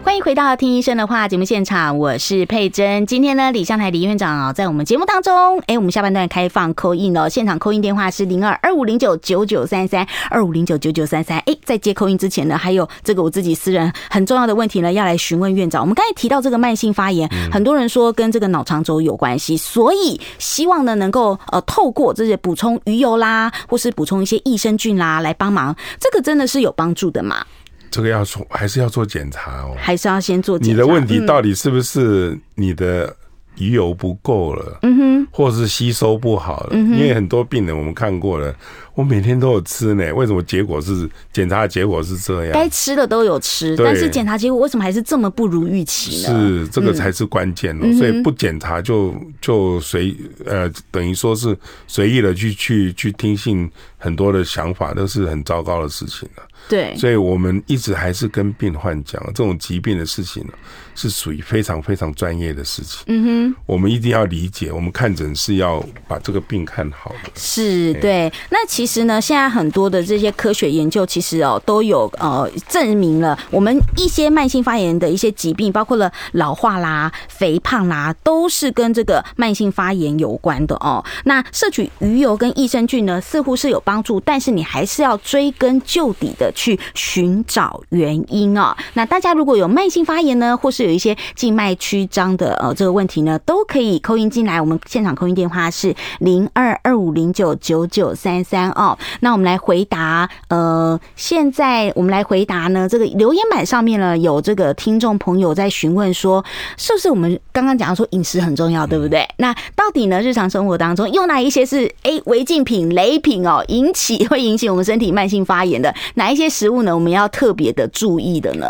[SPEAKER 5] 欢迎回到听医生的话节目现场，我是佩珍。今天呢，李向台李院长啊，在我们节目当中，哎，我们下半段开放扣印哦，现场扣印电话是零二二五零九九九三三二五零九九九三三。哎，在接扣印之前呢，还有这个我自己私人很重要的问题呢，要来询问院长。我们刚才提到这个慢性发炎，
[SPEAKER 6] 嗯
[SPEAKER 5] 很多人说跟这个脑肠轴有关系，所以希望呢能够呃透过这些补充鱼油啦，或是补充一些益生菌啦，来帮忙，这个真的是有帮助的嘛？
[SPEAKER 6] 这个要做还是要做检查哦。
[SPEAKER 5] 还是要先做检
[SPEAKER 6] 你
[SPEAKER 5] 查嗯
[SPEAKER 6] 的问题到底是不是你的鱼油不够了？嗯哼，或是吸收不好了？
[SPEAKER 5] 嗯
[SPEAKER 6] 因为很多病人我们看过了，我每天都有吃呢，为什么结果是检查的结果是这样？
[SPEAKER 5] 该吃的都有吃，
[SPEAKER 6] 对
[SPEAKER 5] 但是检查结果为什么还是这么不如预期呢？
[SPEAKER 6] 是这个才是关键
[SPEAKER 5] 嗯
[SPEAKER 6] 哦，所以不检查就就随呃，等于说是随意的去去去听信很多的想法，都是很糟糕的事情了、
[SPEAKER 5] 对，
[SPEAKER 6] 所以我们一直还是跟病患讲，这种疾病的事情呢，是属于非常非常专业的事情。嗯哼，我们一定要理解，我们看诊是要把这个病看好的。
[SPEAKER 5] 是对。那其实呢，现在很多的这些科学研究，其实哦都有呃证明了，我们一些慢性发炎的一些疾病，包括了老化啦、肥胖啦，都是跟这个慢性发炎有关的哦。那摄取鱼油跟益生菌呢，似乎是有帮助，但是你还是要追根究底的去寻找原因哦。那大家如果有慢性发炎呢，或是有一些静脉曲张的呃这个问题呢，都可以扣音进来。我们现场扣音电话是零二二五零九九九三三哦。那我们来回答，呃，现在我们来回答呢，这个留言板上面呢有这个听众朋友在询问说，是不是我们刚刚讲到说饮食很重要，对不对？那到底呢，日常生活当中有哪一些是诶违禁品、雷品哦，引起会引起我们身体慢性发炎的？哪一些食物呢，我们要特别的注意的呢？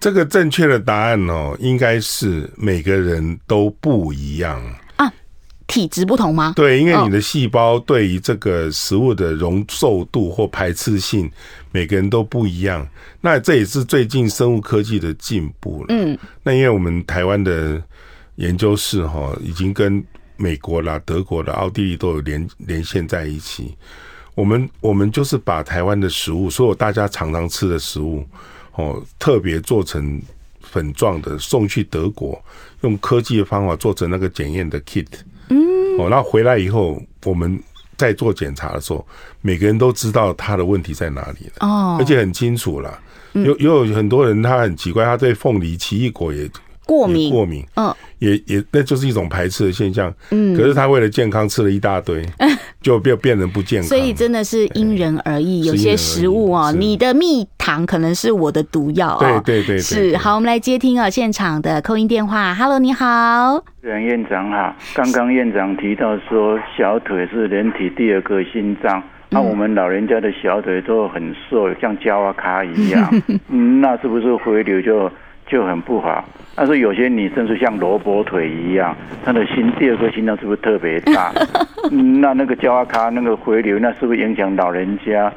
[SPEAKER 6] 这个正确的答案哦，应该是每个人都不一样。
[SPEAKER 5] 体质不同吗？
[SPEAKER 6] 对，因为你的细胞对于这个食物的容受度或排斥性，每个人都不一样。那这也是最近生物科技的进步了。嗯，那因为我们台湾的研究室哈、已经跟美国啦、德国的、奥地利都有连连线在一起。我们我们就是把台湾的食物，所有大家常常吃的食物，哦，特别做成粉状的，送去德国，用科技的方法做成那个检验的 kit。哦，
[SPEAKER 5] 嗯
[SPEAKER 6] 那回来以后，我们在做检查的时候，每个人都知道他的问题在哪里了，
[SPEAKER 5] 哦嗯
[SPEAKER 6] 而，且很清楚了。有也有很多人他很奇怪，他对凤梨、奇异果也
[SPEAKER 5] 过
[SPEAKER 6] 也
[SPEAKER 5] 敏，
[SPEAKER 6] 过敏，
[SPEAKER 5] 嗯，
[SPEAKER 6] 也也那就是一种排斥的现象。嗯，可是他为了健康吃了一 大堆，就变变得不健康。
[SPEAKER 5] 所以真的是因人而异，
[SPEAKER 6] 对
[SPEAKER 5] 有些食物哦，
[SPEAKER 6] 是因人而异是
[SPEAKER 5] 你的蜜糖可能是我的毒药哦。
[SPEAKER 6] 对对对对
[SPEAKER 5] 是
[SPEAKER 6] 对
[SPEAKER 5] 好，我们来接听哦，现场的扣音电话。Hello，你好，
[SPEAKER 8] 任院长好，刚刚院长提到说小腿是人体第二个心脏，那、我们老人家的小腿都很瘦，像加瓦卡一样，嗯那是不是回流就就很不好？但是有些女生是像萝卜腿一样，她的心第二个心脏是不是特别大？嗯那那个加瓦卡那个回流，那是不是影响老人家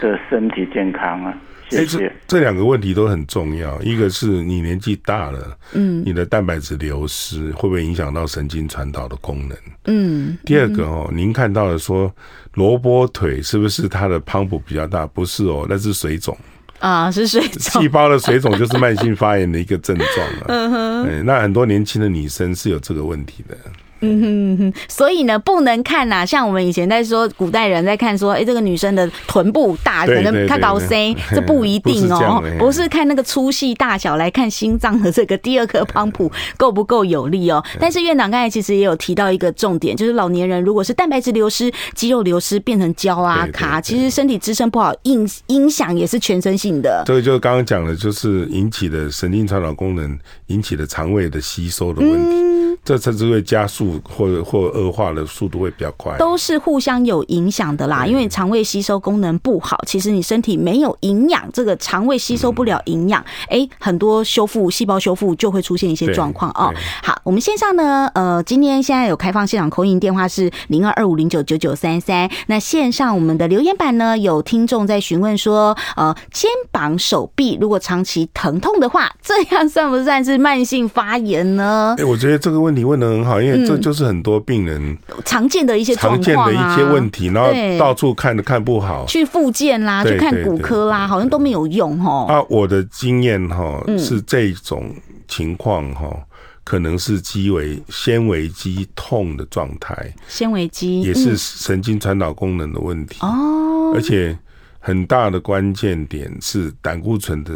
[SPEAKER 8] 的身体健康啊？谢
[SPEAKER 6] 哎，
[SPEAKER 8] 谢。
[SPEAKER 6] 这这两个问题都很重要，一个是你年纪大了，嗯，你的蛋白质流失会不会影响到神经传导的功能？
[SPEAKER 5] 嗯，
[SPEAKER 6] 第二个哦，您看到的说萝卜腿是不是它的胖脯比较大？不是哦，那是水肿，
[SPEAKER 5] 啊，是水肿
[SPEAKER 6] 细，胞的水肿就是慢性发炎的一个症状啊。嗯，那很多年轻的女生是有这个问题的。
[SPEAKER 5] 所以呢，不能看呐、像我们以前在说，古代人在看说，哎、这个女生的臀部大，
[SPEAKER 6] 对
[SPEAKER 5] 可能
[SPEAKER 6] 对
[SPEAKER 5] 她
[SPEAKER 6] 对
[SPEAKER 5] 搞
[SPEAKER 6] 对
[SPEAKER 5] C，这不一定哦
[SPEAKER 6] 不是这样的，
[SPEAKER 5] 不是看那个粗细大小来看心脏的这个第二颗帮浦够不够有力 哦。但是院长刚才其实也有提到一个重点，就是老年人如果是蛋白质流失、肌肉流失变成胶啊
[SPEAKER 6] 对对
[SPEAKER 5] 卡，
[SPEAKER 6] 对
[SPEAKER 5] 其实身体支撑不好，影影响也是全身性的。
[SPEAKER 6] 这个就是刚刚讲的，就是引起的神经传导功能引起的肠胃的吸收的问题，
[SPEAKER 5] 嗯
[SPEAKER 6] 这甚至会加速或者或恶化的速度会比较快。
[SPEAKER 5] 都是互相有影响的啦。因为肠胃吸收功能不好，其实你身体没有营养，这个肠胃吸收不了营养，哎、很多修复细胞修复就会出现一些
[SPEAKER 6] 嗯对
[SPEAKER 5] 状况哦
[SPEAKER 6] 对。
[SPEAKER 5] 好，我们线上呢，呃，今天现在有开放现场扣印电话是零二二五零九九九三三。那线上我们的留言板呢，有听众在询问说，呃，肩膀、手臂如果长期疼痛的话，这样算不算是慢性发炎呢？
[SPEAKER 6] 哎、我觉得这个问问题问得很好，因为这就是很多病人
[SPEAKER 5] 常见嗯的一些状
[SPEAKER 6] 常见
[SPEAKER 5] 况
[SPEAKER 6] 的一
[SPEAKER 5] 啊
[SPEAKER 6] 些问题，然
[SPEAKER 5] 对
[SPEAKER 6] 后到处看都看不好。
[SPEAKER 5] 去复健啦，
[SPEAKER 6] 对
[SPEAKER 5] 去看
[SPEAKER 6] 对
[SPEAKER 5] 骨
[SPEAKER 6] 对
[SPEAKER 5] 科啦，好像都没有用哦。
[SPEAKER 6] 啊，我的经验哈
[SPEAKER 5] 嗯
[SPEAKER 6] 是这种情况哈，可能是肌为纤维肌痛的状态，
[SPEAKER 5] 纤维肌
[SPEAKER 6] 也
[SPEAKER 5] 嗯
[SPEAKER 6] 是神经传导功能的问题，
[SPEAKER 5] 哦，
[SPEAKER 6] 而且很大的关键点是胆固醇的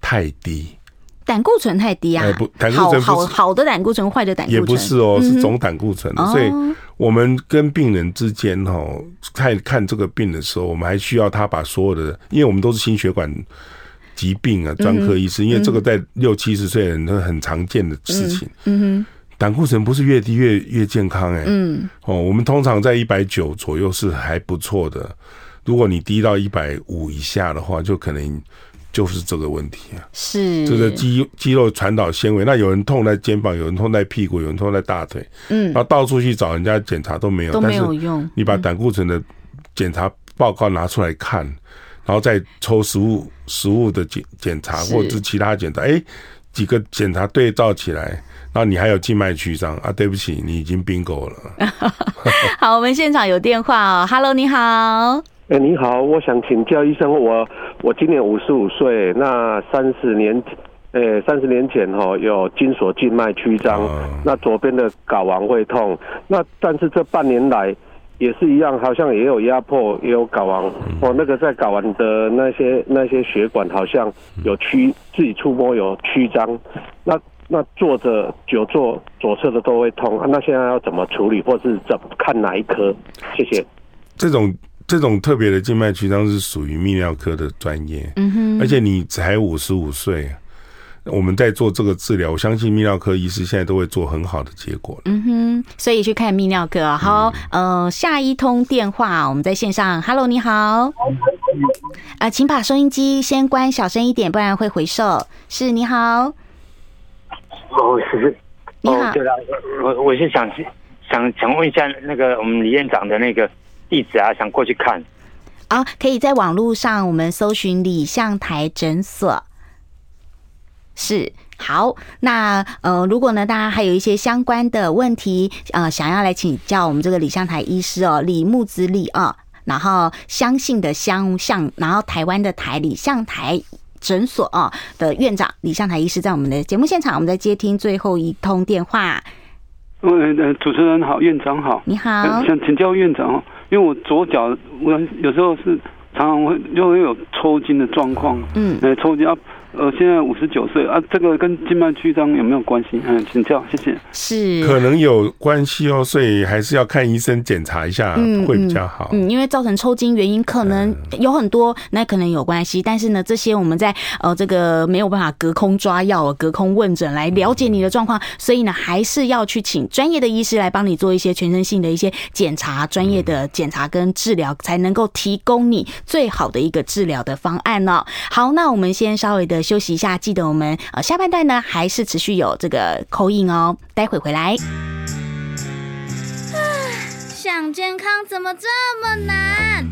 [SPEAKER 6] 太低。
[SPEAKER 5] 胆固醇太低啊
[SPEAKER 6] 哎不，胆固
[SPEAKER 5] 好
[SPEAKER 6] 醇不
[SPEAKER 5] 好
[SPEAKER 6] 是
[SPEAKER 5] 好的胆固醇，坏的胆固
[SPEAKER 6] 也
[SPEAKER 5] 醇嗯
[SPEAKER 6] 不是哦，是总胆固醇的。
[SPEAKER 5] 哦
[SPEAKER 6] 所以我们跟病人之间哈、哦，看看这个病的时候，我们还需要他把所有的，因为我们都是心血管疾病啊，专科医师，因为这个在六七十岁的人都很常见的事情。嗯哼，胆固醇不是越低越越健康哎、嗯，哦，我们通常在一百九左右是还不错的，如果你低到一百五以下的话，就可能。就是这个问题啊，
[SPEAKER 5] 是
[SPEAKER 6] 这个肌肌肉传导纤维，那有人痛在肩膀，有人痛在屁股，有人痛在大腿，嗯，然后到处去找人家检查都没有，
[SPEAKER 5] 都没有
[SPEAKER 6] 但是
[SPEAKER 5] 用，
[SPEAKER 6] 你把胆固醇的检查报告拿出来看，然后再抽食物食物的检检查
[SPEAKER 5] 是
[SPEAKER 6] 或者是其他检查，哎，几个检查对照起来，然后你还有静脉曲张啊，对不起，你已经 bingo 了。
[SPEAKER 5] 好，我们现场有电话哦，Hello，你好，
[SPEAKER 9] 哎，你好，我想请教医生，我我今年五十五岁，那三十年，呃，三十年前哈、哦、有金锁静脉曲张，
[SPEAKER 6] 哦
[SPEAKER 9] 那左边的睾丸会痛，那但是这半年来也是一样，好像也有压迫，也有睾丸，哦，那个在睾丸的那些那些血管好像有曲，自己触摸有曲张，那那坐着久坐左侧的都会痛，啊、那现在要怎么处理，或是怎么看哪一科？谢谢。
[SPEAKER 6] 这种这种特别的静脉曲张是属于泌尿科的专业，嗯哼，而且你才五十五岁，啊我们在做这个治疗，我相信泌尿科医师现在都会做很好的结果了。
[SPEAKER 5] 嗯哼，所以去看泌尿科啊。好，
[SPEAKER 6] 嗯
[SPEAKER 5] 呃，下一通电话我们在线上，Hello，你好，啊，请把收音机先关小声一点，不然会回收。是，你好，
[SPEAKER 8] 哦，是是，
[SPEAKER 5] 你好
[SPEAKER 8] 哦，对了，我我是想想想问一下那个我们李院长的那个地址啊，想过去看。
[SPEAKER 5] 啊，可以在网络上我们搜寻李相台诊所。是。好，那呃，如果呢，大家还有一些相关的问题，呃，想要来请教我们这个李相台医师哦，李木子李啊，然后相信的相相，然后台湾的台李相台诊所啊的院长李相台医师，在我们的节目现场，我们在接听最后一通电话。
[SPEAKER 8] 嗯、呃，主持人好，院长好，
[SPEAKER 5] 你好
[SPEAKER 8] 呃，想请教院长哦，因为我左脚我有时候是常常会就会有抽筋的状况，
[SPEAKER 5] 嗯，
[SPEAKER 8] 呃，抽筋啊，呃，现在五十九岁啊，这个跟静脉曲张有没有关系？嗯、请教，谢谢。
[SPEAKER 5] 是
[SPEAKER 6] 可能有关系哦，所以还是要看医生检查一下
[SPEAKER 5] 嗯，
[SPEAKER 6] 会比较好。嗯
[SPEAKER 5] 嗯。嗯，因为造成抽筋原因可能有很多，那可能有关系。但是呢，这些我们在呃这个没有办法隔空抓药、啊隔空问诊来了解你的状况，所以呢，还是要去请专业的医师来帮你做一些全身性的一些检查、专
[SPEAKER 6] 嗯
[SPEAKER 5] 业的检查跟治疗，才能够提供你最好的一个治疗的方案呢、好，那我们先稍微的休息一下，记得我们呃下半段呢还是持续有这个口音哦，待会回来。
[SPEAKER 4] 想健康怎么这么难？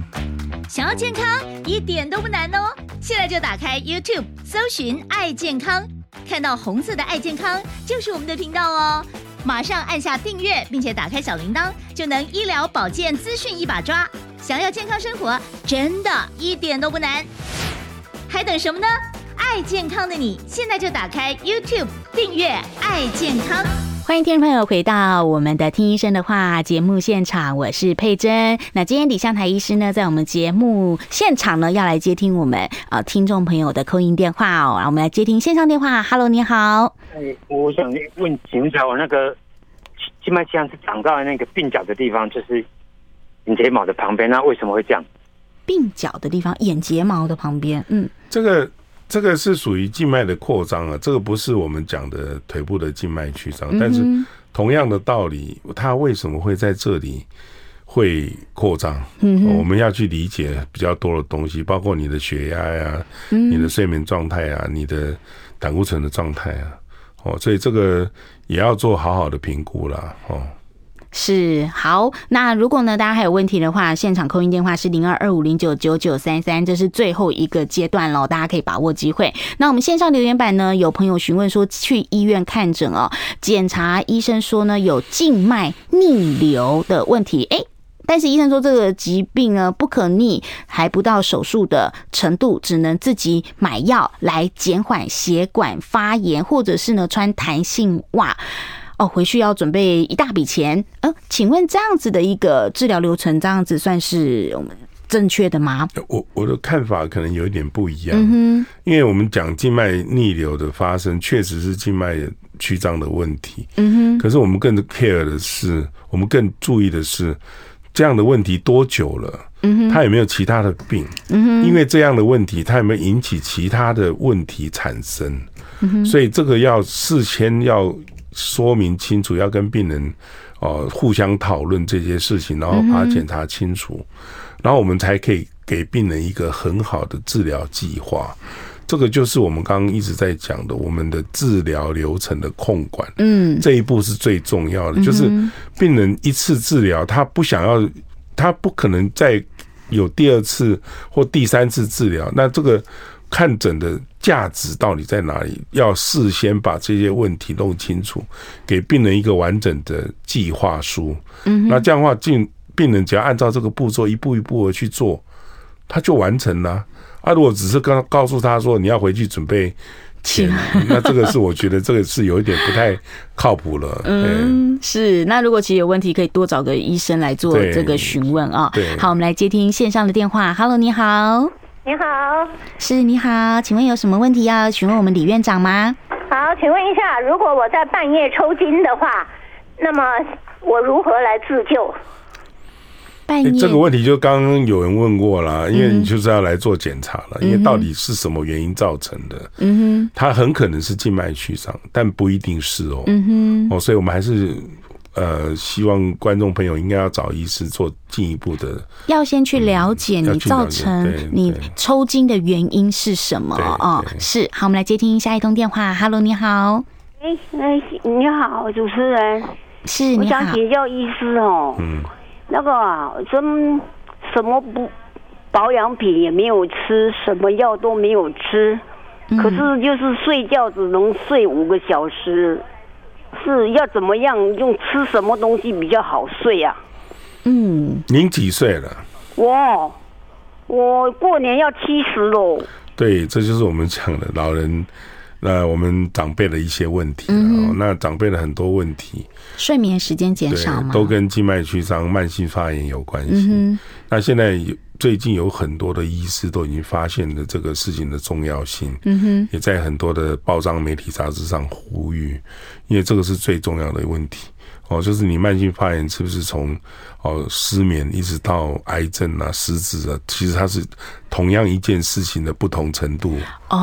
[SPEAKER 4] 想要健康一点都不难哦！现在就打开 YouTube 搜寻“爱健康”，看到红色的“爱健康”就是我们的频道哦。马上按下订阅，并且打开小铃铛，就能医疗保健资讯一把抓。想要健康生活，真的一点都不难，还等什么呢？爱健康的你，现在就打开 YouTube 订阅“爱健康”。
[SPEAKER 5] 欢迎听众朋友回到我们的《听医生的话》节目现场，我是佩珍。那今天李向台医师呢，在我们节目现场呢，要来接听我们呃听众朋友的扣音电话哦。然后我们来接听线上电话，Hello，你好，
[SPEAKER 8] 嗯，我想问请问一下，我那个静脉曲张是长到那个鬓角的地方，就是眼睫毛的旁边，那为什么会这样？
[SPEAKER 5] 鬓角的地方，眼睫毛的旁边，嗯，
[SPEAKER 6] 这个这个是属于静脉的扩张啊，这个不是我们讲的腿部的静脉曲张，但是同样的道理，它为什么会在这里会扩张？嗯、我们要去理解比较多的东西，包括你的血压呀、你的睡眠状态啊、你的胆固醇的状态啊，哦，所以这个也要做好好的评估啦，哦。
[SPEAKER 5] 是好，那如果呢，大家还有问题的话，现场扣音电话是零二二五零九九九三三，这是最后一个阶段喽，大家可以把握机会。那我们线上留言板呢，有朋友询问说去医院看诊哦，检查医生说呢有静脉逆流的问题，诶。但是医生说这个疾病呢不可逆，还不到手术的程度，只能自己买药来减缓血管发炎，或者是呢穿弹性袜。哦，回去要准备一大笔钱。呃，请问这样子的一个治疗流程，这样子算是我们正确的吗？
[SPEAKER 6] 我我的看法可能有一点不一样，嗯、因为我们讲静脉逆流的发生，确实是静脉曲张的问题。嗯哼，可是我们更 care 的是，我们更注意的是，这样的问题多久了？嗯哼，他有没有其他的病？嗯哼，因为这样的问题，他有没有引起其他的问题产生？嗯哼，所以这个要事先要说明清楚，要跟病人哦、呃互相讨论这些事情，然后把它检查清楚。然后我们才可以给病人一个很好的治疗计划。这个就是我们刚刚一直在讲的，我们的治疗流程的控管，嗯，这一步是最重要的。就是病人一次治疗，他不想要，他不可能再有第二次或第三次治疗。那这个看诊的价值到底在哪里？要事先把这些问题弄清楚，给病人一个完整的计划书。嗯，那这样的话，进病人只要按照这个步骤一步一步的去做，他就完成了。啊，如果只是刚告诉他说你要回去准备 钱，那这个是我觉得这个是有一点不太靠谱了。嗯，
[SPEAKER 5] 嗯，是。那如果其实有问题，可以多找个医生来做
[SPEAKER 6] 对
[SPEAKER 5] 这个询问啊、
[SPEAKER 6] 对
[SPEAKER 5] 好，我们来接听线上的电话。Hello，你好，
[SPEAKER 10] 你好，
[SPEAKER 5] 是你好，请问有什么问题要询问我们李院长吗？
[SPEAKER 10] 好，请问一下，如果我在半夜抽筋的话，那么我如何来自救？
[SPEAKER 5] 半
[SPEAKER 6] 哎诶
[SPEAKER 5] 夜
[SPEAKER 6] 这个问题就刚刚有人问过啦，因为你就是要来做检查了，因为到底是什么原因造成的？嗯哼，它很可能是静脉曲张，但不一定是哦。嗯哼，哦，所以我们还是呃，希望观众朋友应该要找医师做进一步的。
[SPEAKER 5] 要先去了解
[SPEAKER 6] 要
[SPEAKER 5] 你
[SPEAKER 6] 去
[SPEAKER 5] 造
[SPEAKER 6] 了解
[SPEAKER 5] 成
[SPEAKER 6] 对
[SPEAKER 5] 你
[SPEAKER 6] 对
[SPEAKER 5] 抽筋的原因是什么
[SPEAKER 6] 对
[SPEAKER 5] 哦？
[SPEAKER 6] 对
[SPEAKER 5] 是，好，我们来接听下一通电话。Hello，你好，
[SPEAKER 10] 哎哎，你好，主持人，
[SPEAKER 5] 是
[SPEAKER 10] 我
[SPEAKER 5] 你
[SPEAKER 10] 想
[SPEAKER 5] 好，
[SPEAKER 10] 请教医师哦，
[SPEAKER 6] 嗯，
[SPEAKER 10] 那个啊，真什么不保养品也没有吃，什么药都没有吃，可是就是睡觉只能睡五个小时，是要怎么样用吃什么东西比较好睡呀、啊？
[SPEAKER 5] 嗯，
[SPEAKER 6] 您几岁了？
[SPEAKER 10] 我我过年要七十喽。
[SPEAKER 6] 对，这就是我们讲的老人，那我们长辈的一些问题、嗯、那长辈的很多问题，
[SPEAKER 5] 睡眠时间减
[SPEAKER 6] 对
[SPEAKER 5] 少吗？，嗯
[SPEAKER 6] 都跟静脉曲张、慢性发炎有关系。那现在有最近有很多的医师都已经发现了这个事情的重要性，嗯哼，也在很多的报章、媒体、杂志上呼吁，因为这个是最重要的问题。哦，就是你慢性发炎是不是从哦失眠一直到癌症啊、失智啊，其实它是同样一件事情的不同程度。
[SPEAKER 5] 哦，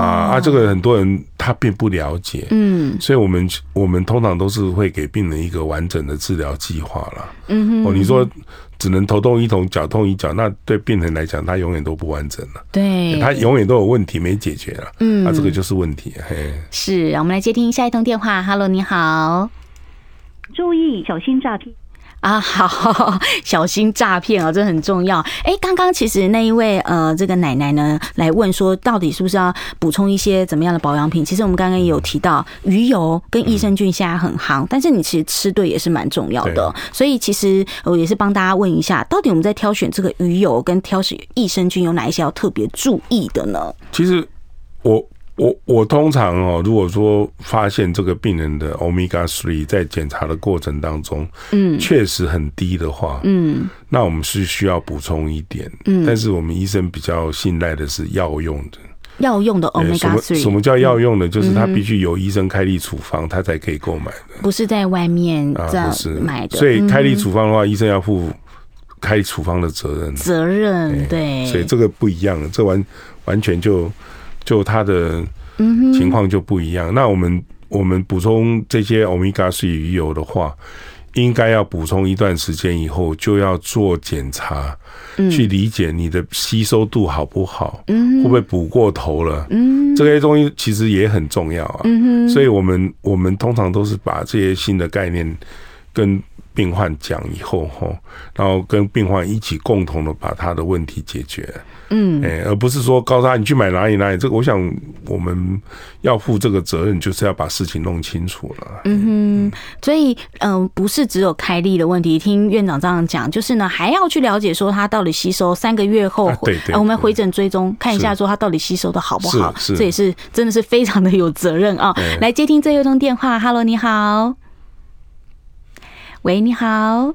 [SPEAKER 6] 啊啊，这个很多人他并不了解，嗯，所以我们我们通常都是会给病人一个完整的治疗计划啦。嗯哼，哦，你说只能头痛医头，脚痛医脚，那对病人来讲，他永远都不完整了，
[SPEAKER 5] 对，
[SPEAKER 6] 他永远都有问题没解决了，嗯，那、这个就是问题，嘿，
[SPEAKER 5] 是，我们来接听下一通电话。Hello，你好
[SPEAKER 11] 注意小心诈骗。
[SPEAKER 5] 啊， 好，小心诈骗哦，这很重要。哎，刚刚其实那一位呃，这个奶奶呢来问说，到底是不是要补充一些怎么样的保养品？其实我们刚刚也有提到，鱼油跟益生菌现在很夯，但是你其实吃对也是蛮重要的。所以其实我也是帮大家问一下，到底我们在挑选这个鱼油跟挑选益生菌有哪一些要特别注意的呢？
[SPEAKER 6] 其实我我我通常哦，如果说发现这个病人的 omega three 在检查的过程当中，嗯，确实很低的话，嗯，那我们是需要补充一点，嗯，但是我们医生比较信赖的是药用的，
[SPEAKER 5] 药用的
[SPEAKER 6] 呃什
[SPEAKER 5] omega
[SPEAKER 6] 么
[SPEAKER 5] three
[SPEAKER 6] 什么叫药用的？就是它必须由医生开立处方，他才可以购买的
[SPEAKER 5] 不是在外面
[SPEAKER 6] 啊，
[SPEAKER 5] 这样
[SPEAKER 6] 不是
[SPEAKER 5] 嗯买的，嗯
[SPEAKER 6] 所以开立处方的话，医生要负开处方的责任，
[SPEAKER 5] 责任对，
[SPEAKER 6] 哎所以这个不一样，这完完全就就他的情况就不一样。那我们我们补充这些 omega 3鱼油的话，应该要补充一段时间以后，就要做检查，去理解你的吸收度好不好，会不会补过头了？这些东西其实也很重要啊。所以我们我们通常都是把这些新的概念跟。病患讲以后哈，然后跟病患一起共同的把他的问题解决。
[SPEAKER 5] 嗯，
[SPEAKER 6] 哎，而不是说告诉他你去买哪里哪里，这个我想我们要负这个责任，就是要把事情弄清楚了。
[SPEAKER 5] 嗯哼，所以嗯、呃不是只有开立的问题。听院长这样讲，就是呢，还要去了解说他到底吸收三个月后，
[SPEAKER 6] 啊对对
[SPEAKER 5] 呃我们
[SPEAKER 6] 对
[SPEAKER 5] 回诊追踪看一下，
[SPEAKER 6] 是
[SPEAKER 5] 说他到底吸收的好不好？
[SPEAKER 6] 是是哎
[SPEAKER 5] 这也是真的是非常的有责任啊、
[SPEAKER 6] 对
[SPEAKER 5] 来接听最后一通电话，Hello，你好。喂，你好，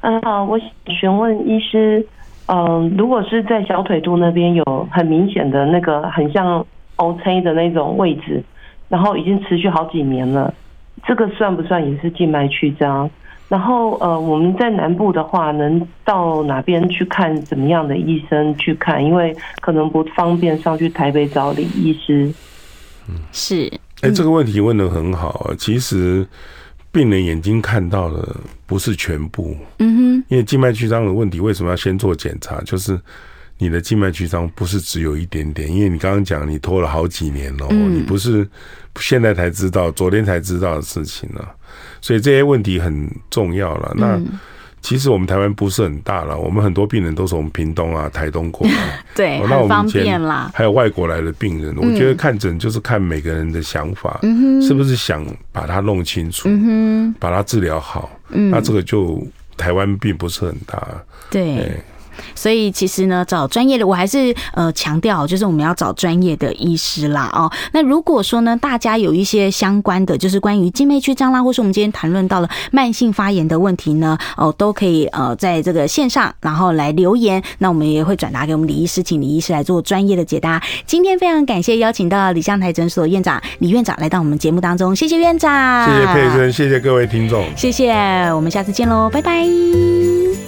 [SPEAKER 12] 嗯，好，我想询问医师，嗯、如果是在小腿肚那边有很明显的那个很像 O C 的那种位置，然后已经持续好几年了，这个算不算也是静脉曲张？然后呃，我们在南部的话，能到哪边去看怎么样的医生去看？因为可能不方便上去台北找李医师。
[SPEAKER 5] 是，
[SPEAKER 6] 哎，这个问题问的很好啊。其实病人眼睛看到的不是全部，
[SPEAKER 5] 嗯
[SPEAKER 6] 因为静脉曲张的问题，为什么要先做检查？就是你的静脉曲张不是只有一点点，因为你刚刚讲你拖了好几年哦，
[SPEAKER 5] 嗯
[SPEAKER 6] 你不是现在才知道，昨天才知道的事情啊了、所以这些问题很重要了。
[SPEAKER 5] 哼，
[SPEAKER 6] 那、
[SPEAKER 5] 嗯、
[SPEAKER 6] 其实我们台湾不是很大了，我们很多病人都从屏东啊、台东过来，
[SPEAKER 5] 对，
[SPEAKER 6] 哦那我
[SPEAKER 5] 很
[SPEAKER 6] 们
[SPEAKER 5] 方
[SPEAKER 6] 以前
[SPEAKER 5] 便啦。嗯
[SPEAKER 6] 还有外国来的病人，我觉得看诊就是看每个人的想法，
[SPEAKER 5] 嗯哼
[SPEAKER 6] 是不是想把它弄清楚，
[SPEAKER 5] 嗯
[SPEAKER 6] 把它治疗好。
[SPEAKER 5] 哼，嗯，
[SPEAKER 6] 那这个就台湾并不是很大，
[SPEAKER 5] 对
[SPEAKER 6] 哎。
[SPEAKER 5] 所以其实呢，找专业的我还是呃强调，就是我们要找专业的医师啦哦。那如果说呢，大家有一些相关的，就是关于静脉曲张啦，或是我们今天谈论到了慢性发炎的问题呢，哦，都可以呃在这个线上，然后来留言，那我们也会转达给我们李医师，请李医师来做专业的解答。今天非常感谢邀请到李相台诊所院长李院长来到我们节目当中，谢谢
[SPEAKER 6] 哎
[SPEAKER 5] 院长，
[SPEAKER 6] 谢谢佩，珍，谢谢各位听众。
[SPEAKER 5] 谢谢，我们下次见喽，拜拜。